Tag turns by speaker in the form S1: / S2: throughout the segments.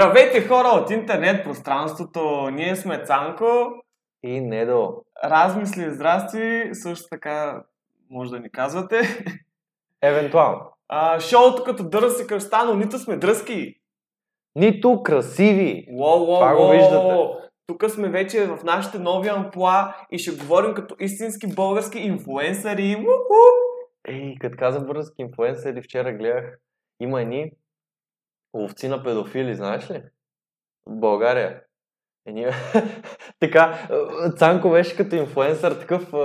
S1: Здравейте хора от интернет пространството! Ние сме Цанко,
S2: И Недо.
S1: размисли, здрасти, също така може да ни казвате.
S2: Евентуално.
S1: А, шоуто като дърз и кръста, но нито сме дръзки.
S2: Нито красиви.
S1: Уоу, уоу,
S2: Това го
S1: уоу.
S2: виждате.
S1: Тук сме вече в нашите нови амплуа и ще говорим като истински български инфуенсъри. Уху!
S2: Ей, като каза бързки инфуенсъри, вчера гледах, има едни ловци на педофили, знаеш ли? В България. Едни... така, е, Цанко беше като инфуенсър, такъв е,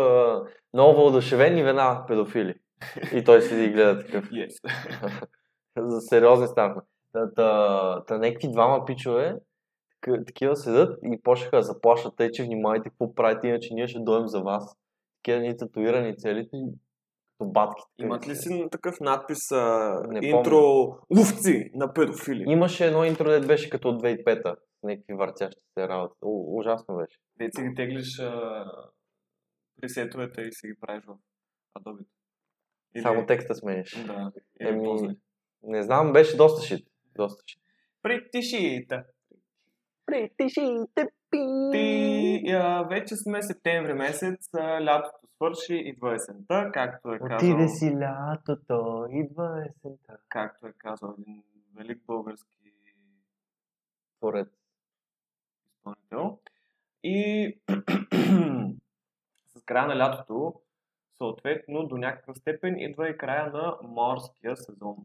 S2: много въодушевен и вена педофили. И той седи и гледа такъв.
S1: Yes.
S2: За сериозни станахме. Та, та, та някакви двама пичове, к- такива седат и почнаха да заплашват, тъй, че внимавайте какво правите, иначе ние ще дойдем за вас. Такива ни татуирани целите, и като батки. такива
S1: Имат ли
S2: си.
S1: си такъв надпис, а,
S2: Не
S1: интро, ловци на педофили?
S2: Имаше едно интро, дето беше като от 2005-та, с някакви въртящи се работи. У- ужасно беше.
S1: Деца ги теглиш а, пресетовете и си ги правиш в Adobe. Или-
S2: Само текста смениш.
S1: Да. или
S2: Еми,
S1: после.
S2: не знам, беше доста шит. Доста шит.
S1: Притишите.
S2: Притишите
S1: Ти, а, вече сме септември месец, а, лятото свърши, идва есента, както е казал,
S2: Отиде си лятото, идва есента.
S1: както е казал един велик български
S2: Поред.
S1: изпълнител. И с края на лятото, съответно, до някаква степен идва и края на морския сезон.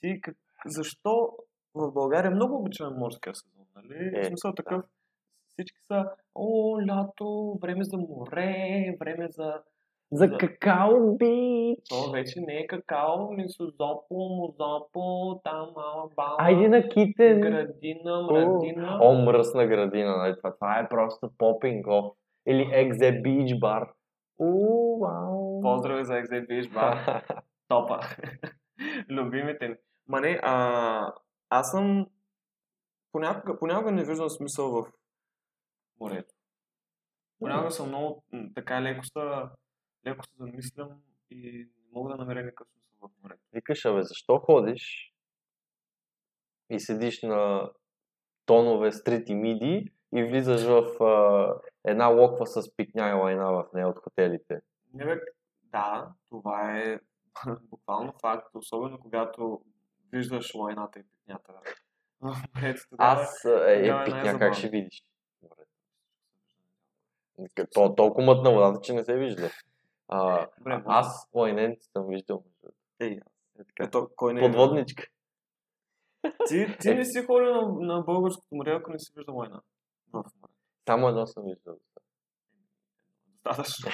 S1: Ти как... защо в България много обичаме морския сезон, нали?
S2: Е,
S1: в смисъл такъв, всички са, о, лято, време за море, време за... За-
S2: За какао бич!
S1: То вече не е какао, ми сузопо, музопо, там, ала, бала,
S2: Айде на китен!
S1: градина,
S2: О.
S1: мрадина.
S2: О, мръсна градина, нали? Това, това е просто попинг оф. Или екзе бич бар. Уу, вау!
S1: Поздрави за Екзе Биш Бар. топа. Любимите ми. Ма не, а, аз съм... Понякога, понякога не виждам смисъл в морето. Понякога съм много м, така леко се, леко се замислям и не мога да намеря никакъв смисъл в морето.
S2: Викаш, абе, защо ходиш и седиш на тонове стрит и миди и влизаш в а, една локва с пикня и лайна в нея от хотелите?
S1: Не бе, да, това е буквално факт, особено когато виждаш лайната и пикнята в морето. тогава
S2: Аз, а, е,
S1: тогава е
S2: е пикня,
S1: най-забавно.
S2: как ще видиш? То, толкова мътна водата, че не се вижда. А,
S1: е Добре, аз...
S2: Аз лайненци съм виждал.
S1: Ей,
S2: Е, така.
S1: Ето, кой не е...
S2: Подводничка.
S1: Ти, ти не си ходил на, на българското море, ако не си виждал война. В море.
S2: Само едно съм виждал.
S1: Достатъчно.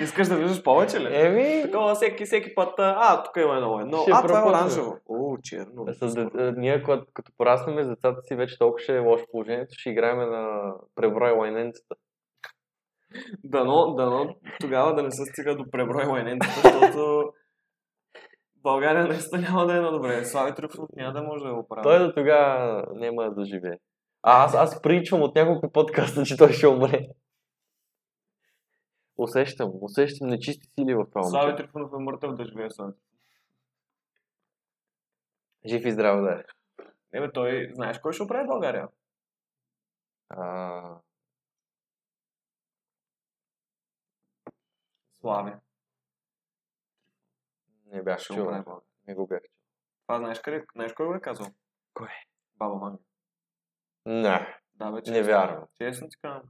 S1: Искаш да виждаш повече ли?
S2: Еми,
S1: Такова всеки, всеки път, а, а, тук има едно едно.
S2: Е, Ще
S1: А, това е
S2: пропусна.
S1: оранжево. О, черно.
S2: с дете- ние когато, като пораснем с децата си, вече толкова ще е лошо положението, ще играем на преброй лайненцата.
S1: Дано, дано, тогава да не се стига до преброй лайненцата, защото България наистина няма да е на добре. Слави Трифонов няма да може да го прави.
S2: Той до тогава няма да доживее. А аз, аз причвам от няколко подкаста, че той ще умре. Усещам, усещам нечисти сили в това
S1: Слави
S2: момче.
S1: Трифонов е мъртъв да живее Слави. Трифонов.
S2: Жив и здрав да е.
S1: Не бе, той, знаеш кой ще оправи България?
S2: А,
S1: Слави.
S2: не бях
S1: Ще оправи
S2: чул.
S1: България.
S2: Не го бях чул.
S1: Това знаеш къде, знаеш кой го е казал?
S2: Кой?
S1: Баба Ванга.
S2: Не,
S1: Да, бе,
S2: не
S1: честно.
S2: вярвам.
S1: Честно ти казвам.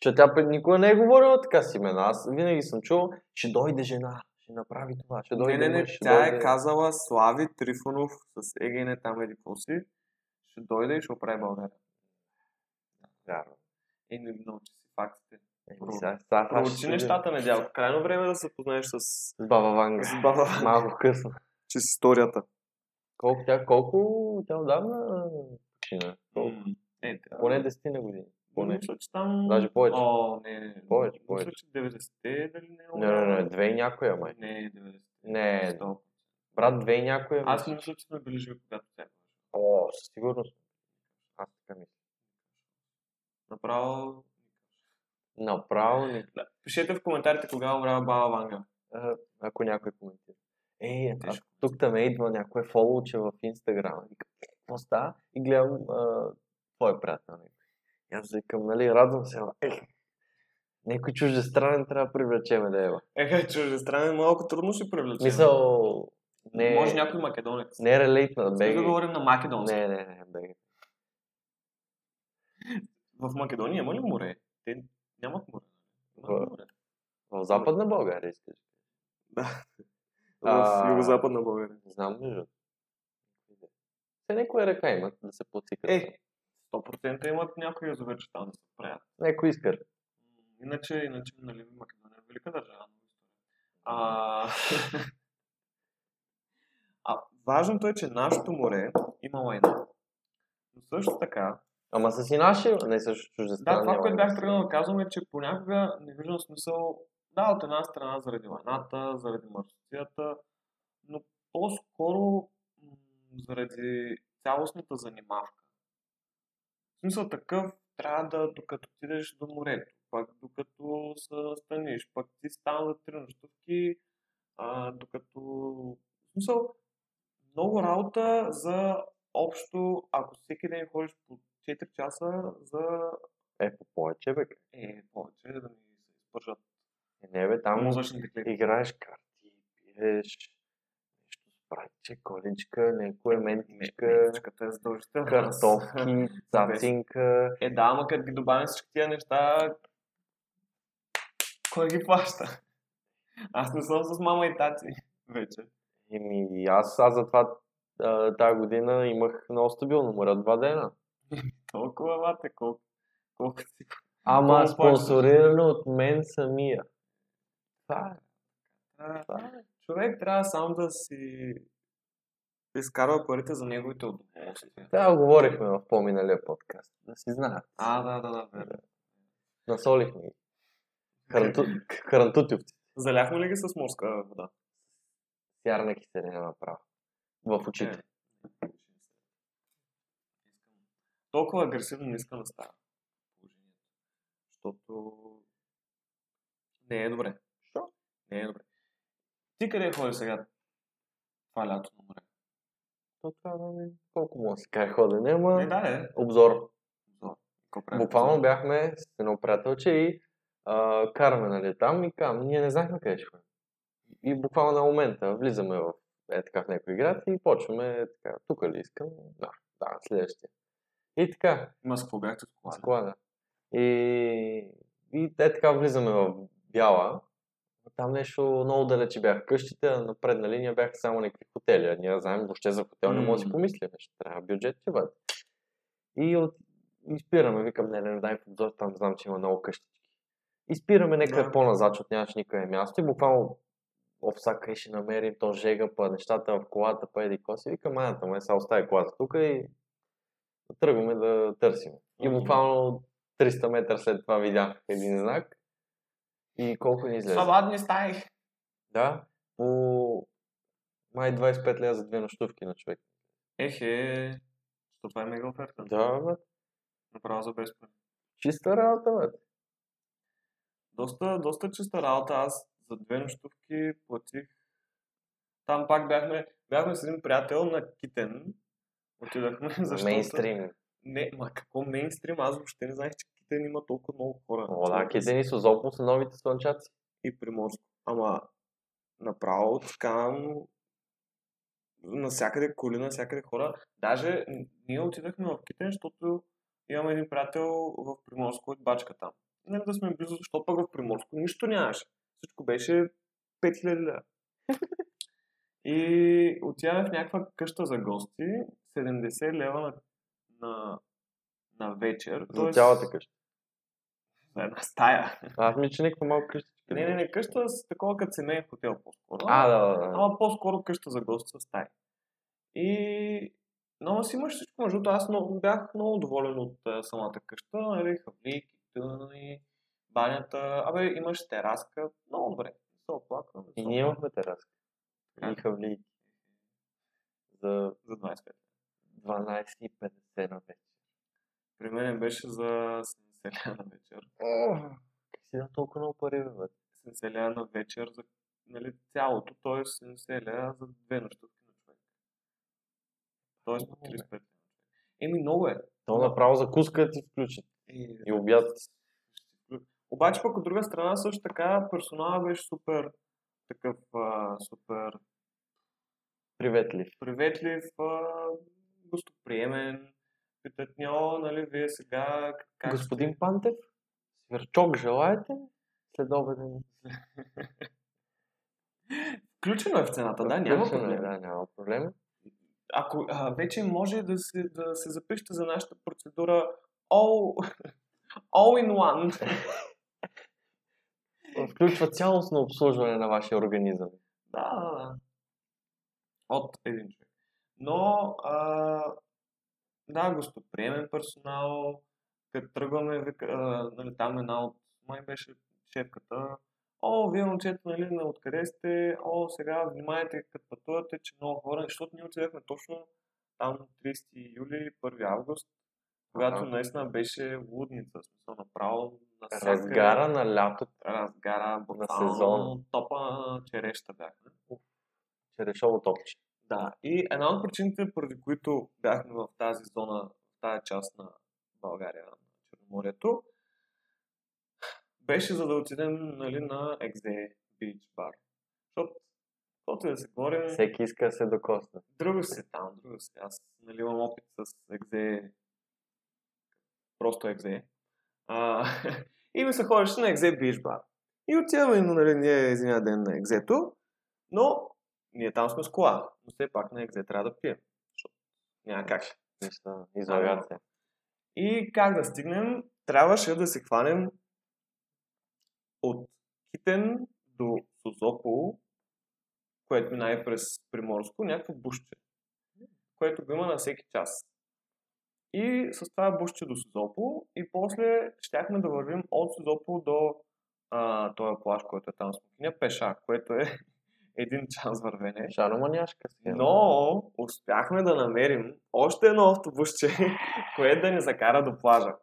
S2: Че тя пред никога не е говорила така с имена. Аз винаги съм чул, ще дойде жена, ще направи това, ще
S1: Не,
S2: дойде
S1: не, не,
S2: мъж, ще
S1: тя е
S2: дойде...
S1: казала Слави Трифонов с ЕГН там еди какво си. Ще дойде и ще оправи България.
S2: Вярно.
S1: И не научи си фактите.
S2: Еми, е, сега- сега- сега ще
S1: Проучи
S2: видим.
S1: нещата, недялко. Крайно време е да се познаеш с, с
S2: С баба Ванга.
S1: баба Ванга,
S2: Малко късно.
S1: че с историята.
S2: Колко тя, колко тя отдавна почина? Колко?
S1: М, Е, да.
S2: Поне 10 на години. Поне.
S1: Мисля, че там...
S2: Даже повече.
S1: О, не, не, не.
S2: Повече, повече.
S1: Мисля, че 90-те дали не е
S2: Не, не, не, две и някоя, май.
S1: Не, 90-те.
S2: Не, не.
S1: Сто.
S2: брат, две и някоя.
S1: Аз
S2: мисля.
S1: мисля, че сме били живи, когато тя. е
S2: О, със сигурност. Аз така мисля.
S1: Направо
S2: Направо не.
S1: Да. Пишете в коментарите кога умрява Баба Ванга.
S2: А, Ако някой коментира. Е, а е
S1: Тежко.
S2: тук там идва някое фолоуче в Инстаграм. Вика, какво става? И гледам а, твой приятел. И аз викам, нали, радвам се, ама, ех, някой чуждестранен трябва да привлечеме да ева.
S1: Е, чуждестранен малко трудно ще привлече.
S2: Мисъл, не,
S1: Може някой македонец.
S2: не е релейтна,
S1: Сме
S2: беги.
S1: да говорим на македонски.
S2: Не, не, не, беги.
S1: В Македония има ли море? Те нямат море. Има ли
S2: В-
S1: море?
S2: В Западна България искаш. А.
S1: В Югозападна България.
S2: Не знам, между. другото. Те някоя ръка имат да се подсикат.
S1: Е, 100% имат някои язовирче там да се правят.
S2: Някой искър.
S1: Иначе, иначе, нали, Македония е велика държава. но история. А... а важното е, че нашето море има лайна. Но също така,
S2: Ама са си наши, не също
S1: да,
S2: чуждестранни.
S1: това, което
S2: лайни.
S1: бях тръгнал да казвам е, че понякога не виждам смисъл, да, от една страна заради войната, заради мърсотията, но по-скоро м, заради цялостната занимавка. В смисъл такъв, трябва да, докато отидеш до морето, пък докато се станиш, пък ти стана да три нощувки, а, докато... В смисъл, много работа за общо, ако всеки ден ходиш по 4 часа за
S2: Е, по повече, бе.
S1: е, повече да ми се изпържат
S2: Е, Не, бе, там
S1: мозъчните клетки.
S2: играеш карти, пиеш, нещо спраче, количка, някоя
S1: Ами,
S2: ментичка,
S1: Мечката е задължителна.
S2: Ами, картофки, цацинка.
S1: Е, да, ама като ги добавим всички тия неща, кой ги плаща? Аз не съм с мама и тати вече.
S2: Еми, и аз, аз затова а, тази година имах много стабилно море от два дена.
S1: Толкова вате, колко, колко си.
S2: Ама
S1: Колко плащаш?
S2: спонсорирано от мен самия. Това е.
S1: А,
S2: Това е.
S1: човек трябва само да си изкарва парите за неговите удоволствия.
S2: Това го говорихме в по-миналия подкаст. Да си знаят.
S1: А, да, да, да, верно.
S2: Насолихме ги.
S1: Е.
S2: Харанту- Харантутювци.
S1: Заляхме ли ги с морска вода?
S2: Сярна киселина е направо. В очите.
S1: Е. Толкова агресивно не искам да става положението. Защото не е добре. Що? Не е добре. Ти къде е ходиш сега това лято на море?
S2: То това да не... е Колко му се кай ходене, ама...
S1: Ами, Не, да, е.
S2: Обзор.
S1: Какво правим?
S2: Буквално бяхме с едно приятелче и а, караме нали, там и кам. Ние не знахме къде ще ходим. И буквално на момента влизаме в е така в някой град и почваме е така, тук ли искам? Да, да, следващия. И така,
S1: Ма с какво бяхте с кола?
S2: с кола, да. И, и е така влизаме в Бяла. Там нещо много далече бяха къщите, а на предна линия бяха само някакви хотели. А ние не знаем въобще за хотел, не може да си
S1: М.
S2: помислим. Ще трябва бюджет, че бъде. И, от... и спираме, викам, не, не, не, дай в обзор, там знам, че има много къщички. И спираме някъде
S1: Да.
S2: по-назад, защото нямаше никъде място. И буквално овса къде ще намерим, то жега, па нещата в колата, па еди коси. Викам, аята, ме сега остави колата тук и тръгваме да търсим. И
S1: Мгм.
S2: буквално 300 метра след това видях един знак. И колко ни излезе?
S1: Свободни стаи.
S2: Да, по май 25 лева за две нощувки на човек.
S1: Ехе, защото това е мега оферта.
S2: Да, бе.
S1: Направо за без пари.
S2: Чиста работа, бе.
S1: Доста, доста чиста работа. Аз за две нощувки платих. Там пак бяхме, бяхме с един приятел на Китен. Отидахме, защото...
S2: Мейнстрим.
S1: Не, ма какво мейнстрим? Аз въобще не знаех, че Китен има толкова много хора.
S2: О, да, кидени с озопно са новите слънчаци.
S1: И Приморско. Ама, направо така... м, Насякъде коли, насякъде хора. Даже н- ние отидахме в Китен, защото имам един приятел в Приморско, който бачка там. И нали да сме близо, защото пък в Приморско нищо нямаше. Всичко беше 5000 лева. И отиваме в някаква къща за гости, 70 лева на, на, на вечер.
S2: За
S1: тоест
S2: цялата къща.
S1: За една стая.
S2: Аз ми че някаква малка къща.
S1: Не, не, не, къща с такова като семейен хотел по-скоро.
S2: А, да, да, да.
S1: Ама по-скоро къща за гости с стаи. И много си имаш всичко. Между другото, аз много, бях много доволен от а, самата къща. Нали, хавлики, тъни, банята. Абе, имаш тераска. Много добре. Не се оплаквам. не се
S2: И ние
S1: оплаквам.
S2: имахме тераска. И
S1: Как?
S2: хавли. За
S1: За 25.
S2: 12,50 на вечер.
S1: При мен беше за 70 лева на вечер.
S2: Как си дам толкова много пари, бе, бе?
S1: 70 лева на вечер за нали, цялото, т.е. 70 лева за две нощувки на човек. Тоест по 35 лева. Еми, много е.
S2: То направо закуска ти включи.
S1: Е,
S2: И обяд.
S1: Обаче пък от друга страна също така персонала беше супер такъв, а, супер
S2: Приветлив.
S1: приветлив, а, гостоприемен. Питат ни, о, нали, вие сега к- как...
S2: Господин Пантев, сверчок желаете? е. След обеден.
S1: Включено е в цената, да, няма
S2: Включено е,
S1: проблем.
S2: Да, няма проблем.
S1: Ако а, вече може да се, да се запишете за нашата процедура all, all in one.
S2: Включва цялостно обслужване на вашия организъм.
S1: Да, да, да. От един човек. Но, а, да, гостоприемен персонал, като тръгваме, вика, а, нали, там една от май беше шефката. О, вие момчета, нали, на откъде сте? О, сега внимайте, като пътувате, че много хора, нали, защото ние отидахме точно там 30 юли, 1 август, когато
S2: Ага.
S1: наистина беше лудница, в смисъл направо на
S2: Разгара на лятото.
S1: разгара, буквално
S2: сезона.
S1: топа череща бяхме.
S2: Черешово топче.
S1: Да, и една от причините, поради които бяхме в тази зона, в тази част на България, на Черноморието, беше за да отидем нали, на Екзе Бич бар. Защото, каквото и да се говорим,
S2: Всеки иска да се докосне.
S1: друго си там, друго си. Аз нали, имам опит с Екзе, просто Екзе. А, и ми се ходеше на Екзе Бич бар. И отиваме, но нали, ние един ден на Екзето, но ние там сме с кола. Но все пак на Екзе трябва да пием. Защото няма как.
S2: Мисля, излагат се.
S1: И как да стигнем? Трябваше да се хванем от Китен до Созопол, което минава през Приморско, някакво буще, което го има на всеки час. И с това буще до Созопол и после щяхме да вървим от Созопол до а, този плаж, който е там с Мокиня, пеша, което е един час вървене.
S2: Шароманяшка
S1: Е,
S2: си.
S1: Но успяхме да намерим още едно автобусче, което да ни закара до плажа.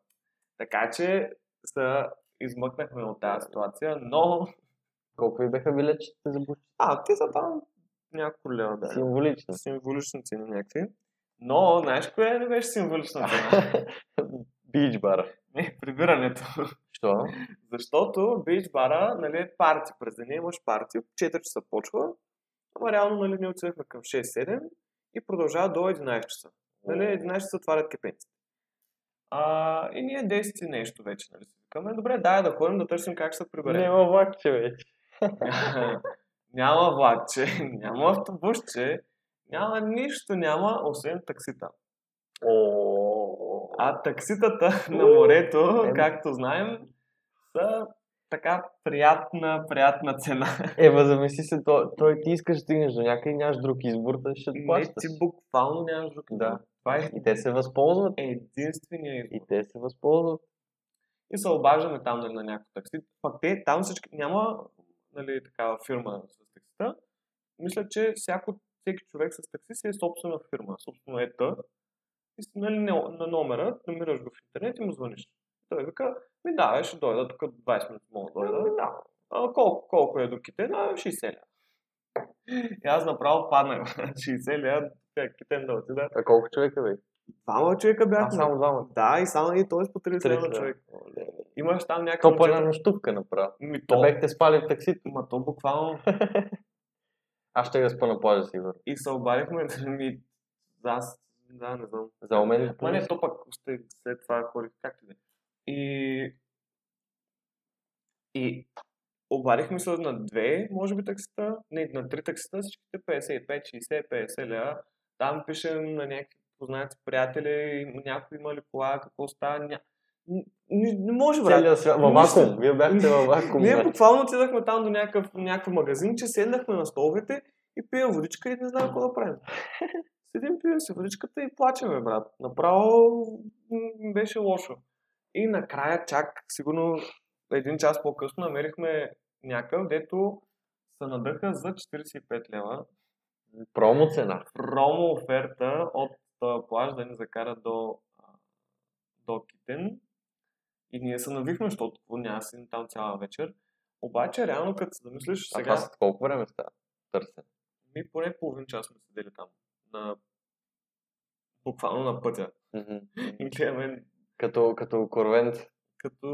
S1: Така че се измъкнахме от тази ситуация, но...
S2: Колко ви бяха билетчите за буши?
S1: А, те са там няколко лева, да.
S2: Символично.
S1: Символични цени някакви. Но, знаеш, кое не беше символична цена?
S2: Бич бар.
S1: Не, прибирането.
S2: Що?
S1: Защото бич бара, нали, е парти. През деня имаш парти, в 4 часа почва, ама реално, нали, ние отидахме към 6-7 и продължава до 11 часа. Нали, 11 се отварят кепенците. А, и ние 10 и нещо вече, нали си викаме. Добре, дай да ходим да търсим как ще се приберем.
S2: Няма влакче вече.
S1: няма влакче, няма автобусче, няма нищо, няма, освен таксита.
S2: О,
S1: А такситата на
S2: Уу,
S1: морето,
S2: ем.
S1: както знаем, са така приятна, приятна цена.
S2: Ева, замисли Е, се, той, той ти искаш да стигнеш до някъде, нямаш друг избор, да ще
S1: Не,
S2: плащаш.
S1: ти буквално нямаш друг. избор.
S2: Да.
S1: Това е
S2: И те се възползват.
S1: единствения
S2: И те се възползват.
S1: И се обаждаме там нали, на някакво такси. Пак те, там всички, няма нали, такава фирма с таксита. Мисля, че всяко, всеки човек с такси си е собствена фирма, собствено ета. И си, нали, на на номера, намираш го в интернет и му звъниш. Той вика, ми да, бе, ще дойда, тук 20 минути мога да дойда.
S2: Да.
S1: А, колко, колко е до Китен? А, 60 лева. И аз направо паднах. 60 лева, как Китен да отида.
S2: А колко човека бе?
S1: Двама човека
S2: А
S1: бяхме.
S2: само двама.
S1: Да, Е, и само и той с по 30 лева
S2: Тридесет,
S1: на
S2: да.
S1: човек. Имаш там някакъв...
S2: Топа една нощувка направо.
S1: Ми то,
S2: То бяхте спали в таксито.
S1: ма то буквално.
S2: Аз ще да спа на плажа сигурно.
S1: И се обадихме да ми... Аз, да, не знам.
S2: За момент.
S1: Ма не, то пак още след това хорих, както и да е. И... И обадихме се на две, може би, таксита. Не, на три таксита, всичките 55, 60, 50 лева. Там пишем на някакви познати приятели, някой има ли кола, какво става. Ня... Н- н- не може, брат.
S2: Целият свят. Във
S1: Нищо.
S2: вакуум. Вие бяхте във вакуум.
S1: Ние
S2: значи.
S1: буквално отидахме там до някакъв, някакъв магазин, че седнахме на столовете и пием водичка и не знам какво да правим. Седим, пием си водичката и плачеме, брат. Направо м, беше лошо. И накрая чак, сигурно един час по-късно, намерихме някакъв, дето се надъха за 45 лева.
S2: Промо цена.
S1: Промо оферта от този плаж да ни закара до, а, до Китен. И ние се навихме, защото какво няма да седим там цяла вечер. Обаче, реално, като се замислиш,
S2: А
S1: сега
S2: това след колко време става? Търсен.
S1: ми поне половин час сме седели там. На буквално на пътя.
S2: Мгм.
S1: И гледаме
S2: Като, като корвент
S1: като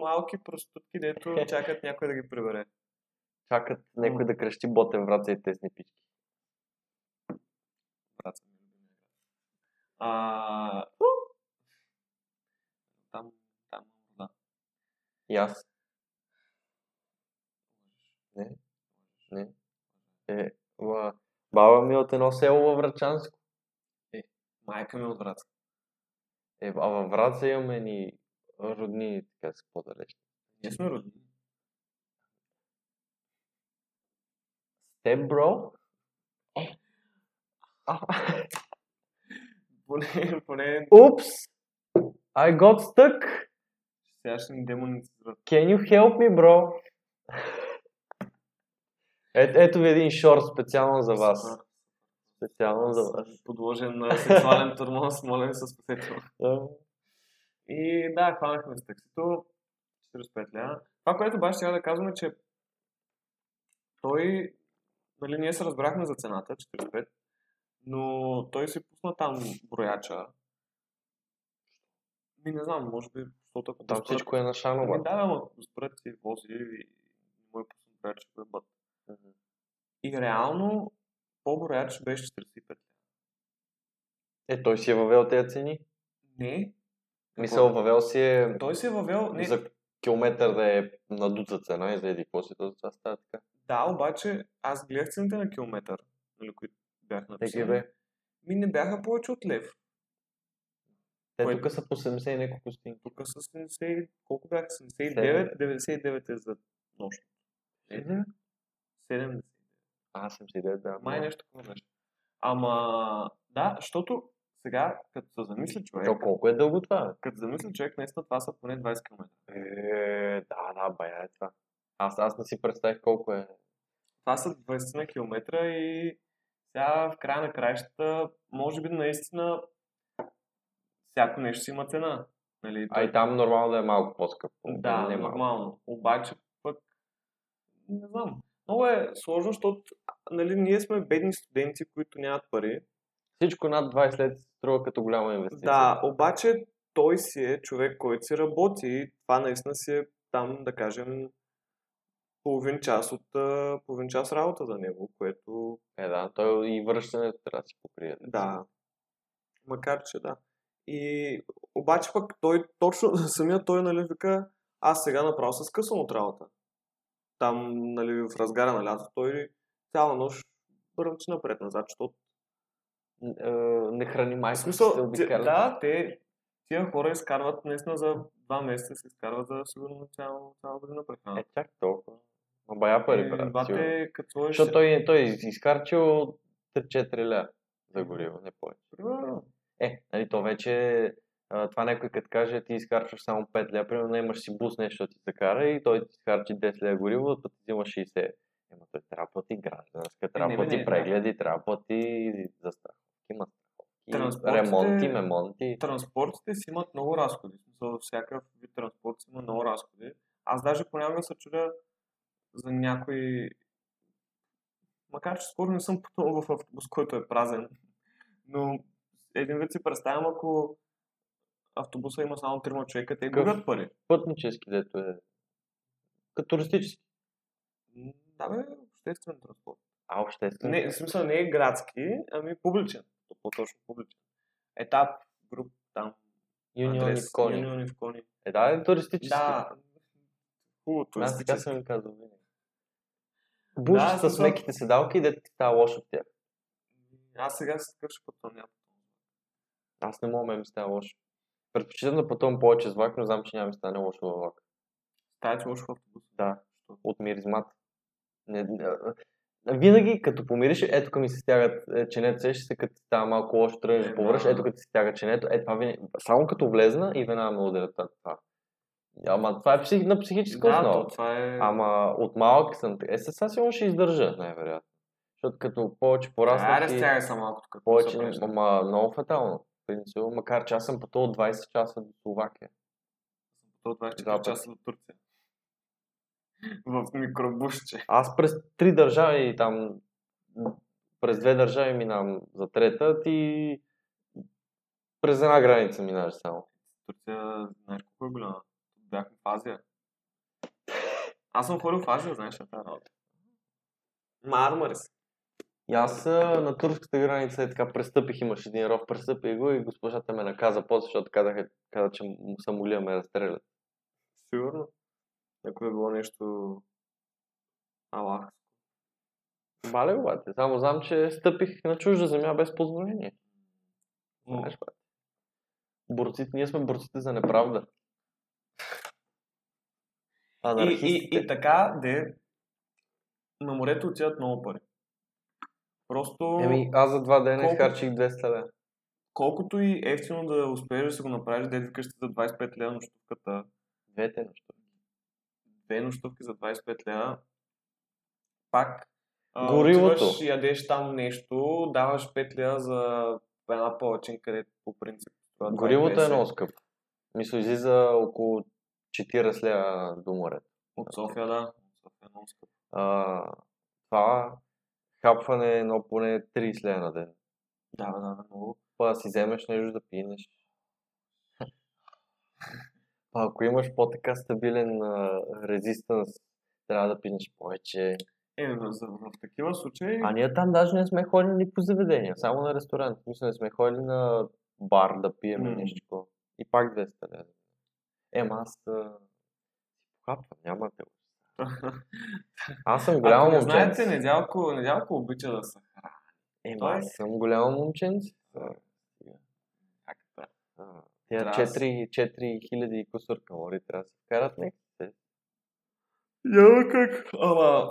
S1: малки простутки, дето чакат някой да ги прибере.
S2: чакат някой да крещи ботен врат и тесни пички.
S1: Враца ми е любима игра. А, там, там, да.
S2: И аз. Не. Не. Е, ла, баба ми е от едно село във Врачанско.
S1: Майка ми е от врата.
S2: Е, а във Враца имаме ни роднини, така са по-далеч.
S1: Ние сме родини.
S2: С теб, бро?
S1: Поне, поне
S2: Упс! I got stuck!
S1: сега ще ни демонизират.
S2: Can you help me, bro? Е, ето ви един шорт специално за вас. Специално за вас.
S1: Подложен на сексуален турмоз, моля ви с посетител.
S2: Да.
S1: И да, хванахме с таксито. 45 лева. Това, което обаче трябва да казваме, че той, нали, ние се разбрахме за цената, 45, но той си пусна там брояча. Ми не знам, може би, защото ако
S2: Там
S1: го спрат-
S2: всичко е на
S1: Ами
S2: шанова.
S1: да, бе, ама ако го спрат и вози и е мой пусна брояча, бе, бъд. И реално, по-брояч беше 45 лева.
S2: Е, той си е въвел тези цени.
S1: Не,
S2: Мисъл, Ами въвел си е
S1: той се е въвел, не,
S2: за километър да е надута цена и за еди какво си, то това става така.
S1: Да, обаче аз гледах цените на километър, нали, които бях
S2: Теки
S1: написани.
S2: бе.
S1: Ми не бяха повече от лев.
S2: Те
S1: Кой-
S2: тук са по 70 и няколко стотинки.
S1: Тук са 70, колко бяха? 79, 99 е за нощ. Е, 70.
S2: А, 79, да.
S1: Май
S2: но-
S1: е нещо такова беше. Ама, да, защото сега, като се замисли човек,
S2: То колко е дълго това?
S1: като замисли човек, наистина това са поне 20 км.
S2: Е, да, да, бая е това. Аз, аз не си представих колко е.
S1: Това са 20 на километра и сега в края на краищата, може би наистина всяко нещо си има цена. Нали?
S2: А и там нормално да е малко по-скъпо.
S1: Да,
S2: не е малко.
S1: нормално. Обаче пък, не знам. Много е сложно, защото нали, ние сме бедни студенти, които нямат пари.
S2: Всичко над 20 лет струва като голяма инвестиция.
S1: Да, обаче той си е човек, който си работи. и Това наистина си е там, да кажем, половин час от а, половин час работа за него, което
S2: Е, да, той и връщането трябва да си покрие.
S1: да. Макар, че да. И обаче пък той точно, самия той, нали, вика, аз сега направо се скъсвам от работа. Там, нали, в разгара на лято, той цяла нощ бръмчи напред-назад, защото...
S2: Н- е, не храни
S1: В
S2: майка си, се
S1: смисъл, те,
S2: обикаля.
S1: да, те, тия хора изкарват наистина за два месеца, се изкарват за сигурно цяла, цяла година прехрана.
S2: Е, чак толкова. Ма бая пари, брат.
S1: това
S2: сигурно.
S1: те, като сложиш...
S2: Защото той, той е изхарчил 3-4 ля за гориво, не повече.
S1: Примерно,
S2: Е, нали, то вече а, това някой като каже, ти изхарчваш само 5 ля, примерно имаш си бус нещо, да ти се кара и той ти изхарчи 10 ля гориво, а ти взимаш 60. Ема той трябва да плати гражданска, трябва
S1: Е, не,
S2: да плати
S1: не, да. прегледи,
S2: прегледи, трябва да плати застраховки, има
S1: Транспортите-
S2: страховки, ремонти, мемонти.
S1: транспортите си имат много разходи. В смисъл, всякакъв вид транспорт си има много разходи. Аз даже понякога се чудя за някои... Макар, че скоро не съм пътувал в автобус, който е празен. Но един вид си представям, ако автобуса има само трима човека, те
S2: Какъв?
S1: губят пари.
S2: Пътнически, дето е. Като туристически.
S1: М, Да бе, обществен транспорт.
S2: А, обществен.
S1: Не, в смисъл не е градски, ами публичен. По-точно публичен. Етап, груп, там,
S2: юниони
S1: адрес,
S2: кони.
S1: юниони в кони.
S2: Е, да, е туристически.
S1: Да, е. хубаво
S2: Аз така
S1: туристически.
S2: съм им казал винаги. Буш
S1: Да,
S2: с
S1: смисъл-
S2: меките седалки и да ти става лошо от тях.
S1: Аз сега с такъв ще пътувам някакво.
S2: Аз не мога да ми става лошо. Предпочитам да пътувам повече с влак, но знам, че няма ми стане лошо във влак.
S1: Стая, че лошо в автобус.
S2: Да, от миризмата. Не, не, а, винаги, като помириш, ето тук ми се стягат е, ченето, сещаш се, като ти става малко лошо, тръгнеш
S1: Е,
S2: да повръщаш,
S1: да.
S2: ето като ти стяга ченето, е това винаги. Само като влезна и веднага ме ударят това. Ама това е псих, на психическа
S1: Да,
S2: основа.
S1: то, това е...
S2: Ама от малък съм. така. Е, сега сигурно ще издържа, най-вероятно. Защото като повече
S1: Аре,
S2: пораснах и
S1: стягай само малко тук.
S2: повече,
S1: не съм
S2: ама много фатално. в принцип. Макар че аз съм пътувал 20 часа до Словакия.
S1: пътувал
S2: Да,
S1: 24
S2: пък.
S1: часа до Турция. В микробусче.
S2: Аз през три държави там, през две държави минавам за трета, ти През една граница минаваш само.
S1: Турция, знаеш колко е голяма? Бяхме в Азия. Аз съм ходил в Азия, знаеш, е на тази работа. Мармарис.
S2: И аз а, на турската граница е така престъпих, имаш един ров, престъпих го и госпожата ме наказа после, защото казаха, каза, че м- са могли да ме е разстрелят.
S1: Сигурно. Ако е било нещо... Алах.
S2: Мале, бате, само знам, че стъпих на чужда земя без позволение. Знаеш, бате. Борците, ние сме борците за неправда.
S1: И,
S2: Анархистите.
S1: и, и така, де, на морето отиват много пари. Просто...
S2: Еми, аз за два дена
S1: Колко?
S2: изхарчих 200 лева.
S1: колкото и ефтино да успееш да си го направиш, дед викаш за 25 лева нощувката,
S2: Двете неща.
S1: две нощувки за 25 лева, пак а,
S2: Горивото.
S1: отиваш, ядеш там нещо, даваш 5 лева за една палачин, където по принцип струва
S2: Горивото е
S1: 2,20.
S2: много скъпо. Мисля, излиза около 40 лева до море.
S1: От София, да. От София е много скъпо.
S2: А, това хапване е едно поне 30 лева на ден.
S1: Да, бе, да, да, много.
S2: Па да си вземеш нещо да пинеш. Па ако имаш по-така стабилен а, резистанс, трябва да пинеш повече.
S1: Е, в, за- в, такива случаи...
S2: А ние там даже не сме ходили ни по заведения, само на ресторант. Мисля, не сме ходили на бар да пием mm.
S1: М.
S2: нещо. такова. И пак 200 лева. Ема аз а, хапвам, няма да Аз съм голямо
S1: Ако не
S2: момченце.
S1: знаете, недялко, недялко обича да се храни.
S2: Ема
S1: Той е.
S2: аз съм голямо момченце.
S1: Как да?
S2: А, Тя
S1: Трябва да
S2: 4, 4000 и кусор калории трябва да се вкарат не.
S1: Няма как. Ама...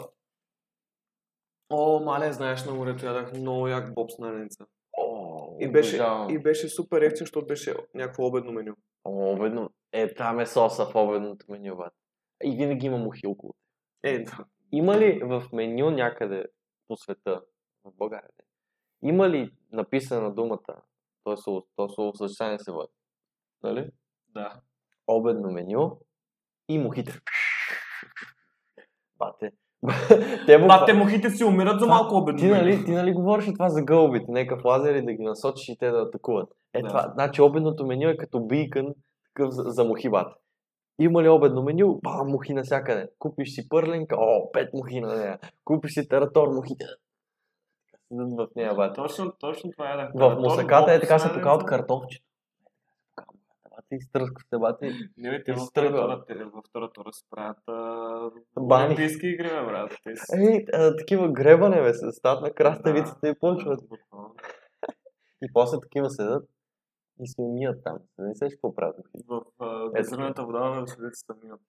S1: О, мале, знаеш, на морето ядах много як боб с нареница. И беше, и беше супер ефтин, защото беше някакво обедно меню.
S2: Обедно. Е, там е соса в обедното меню, бат. И винаги има мухилко.
S1: Е, да.
S2: Има ли в меню някъде по света, в България, не, има ли написана думата, то е слово, то словосъчетание се води, нали?
S1: да.
S2: обедно меню и мухите. Бате. Те буква-
S1: Е, Бате, мухите си умират за
S2: Това-
S1: малко обедно
S2: Ти нали,
S1: меню.
S2: ти нали говориш това за гълбите, нека в лазери да ги насочиш и те да атакуват. Е
S1: Да.
S2: това, значи обедното меню е като бийкън такъв за, за мухи, бате. Има ли обедно меню? Ба, мухи навсякъде. Купиш си пърленка, о, пет мухи на нея. Купиш си таратор мухите. Седат в нея, бате.
S1: Точно, точно това ядах.
S2: В
S1: Точно
S2: мусаката е
S1: боб с
S2: така се
S1: нареница.
S2: покават картофче. Бате, изтръсква се, бате.
S1: Не, бе, те във
S2: Изтръгва.
S1: втората, те във втората тура се правят а,
S2: Бани. Е,
S1: олимпийски игри, бе, брат. Те си-
S2: Ей, а, такива гребане, бе, се стат на краставицата и почват.
S1: Буквално.
S2: И после такива седат и се умият там. Не се какво правят.
S1: В а,
S2: Е,
S1: газираната вода на веселите са минат.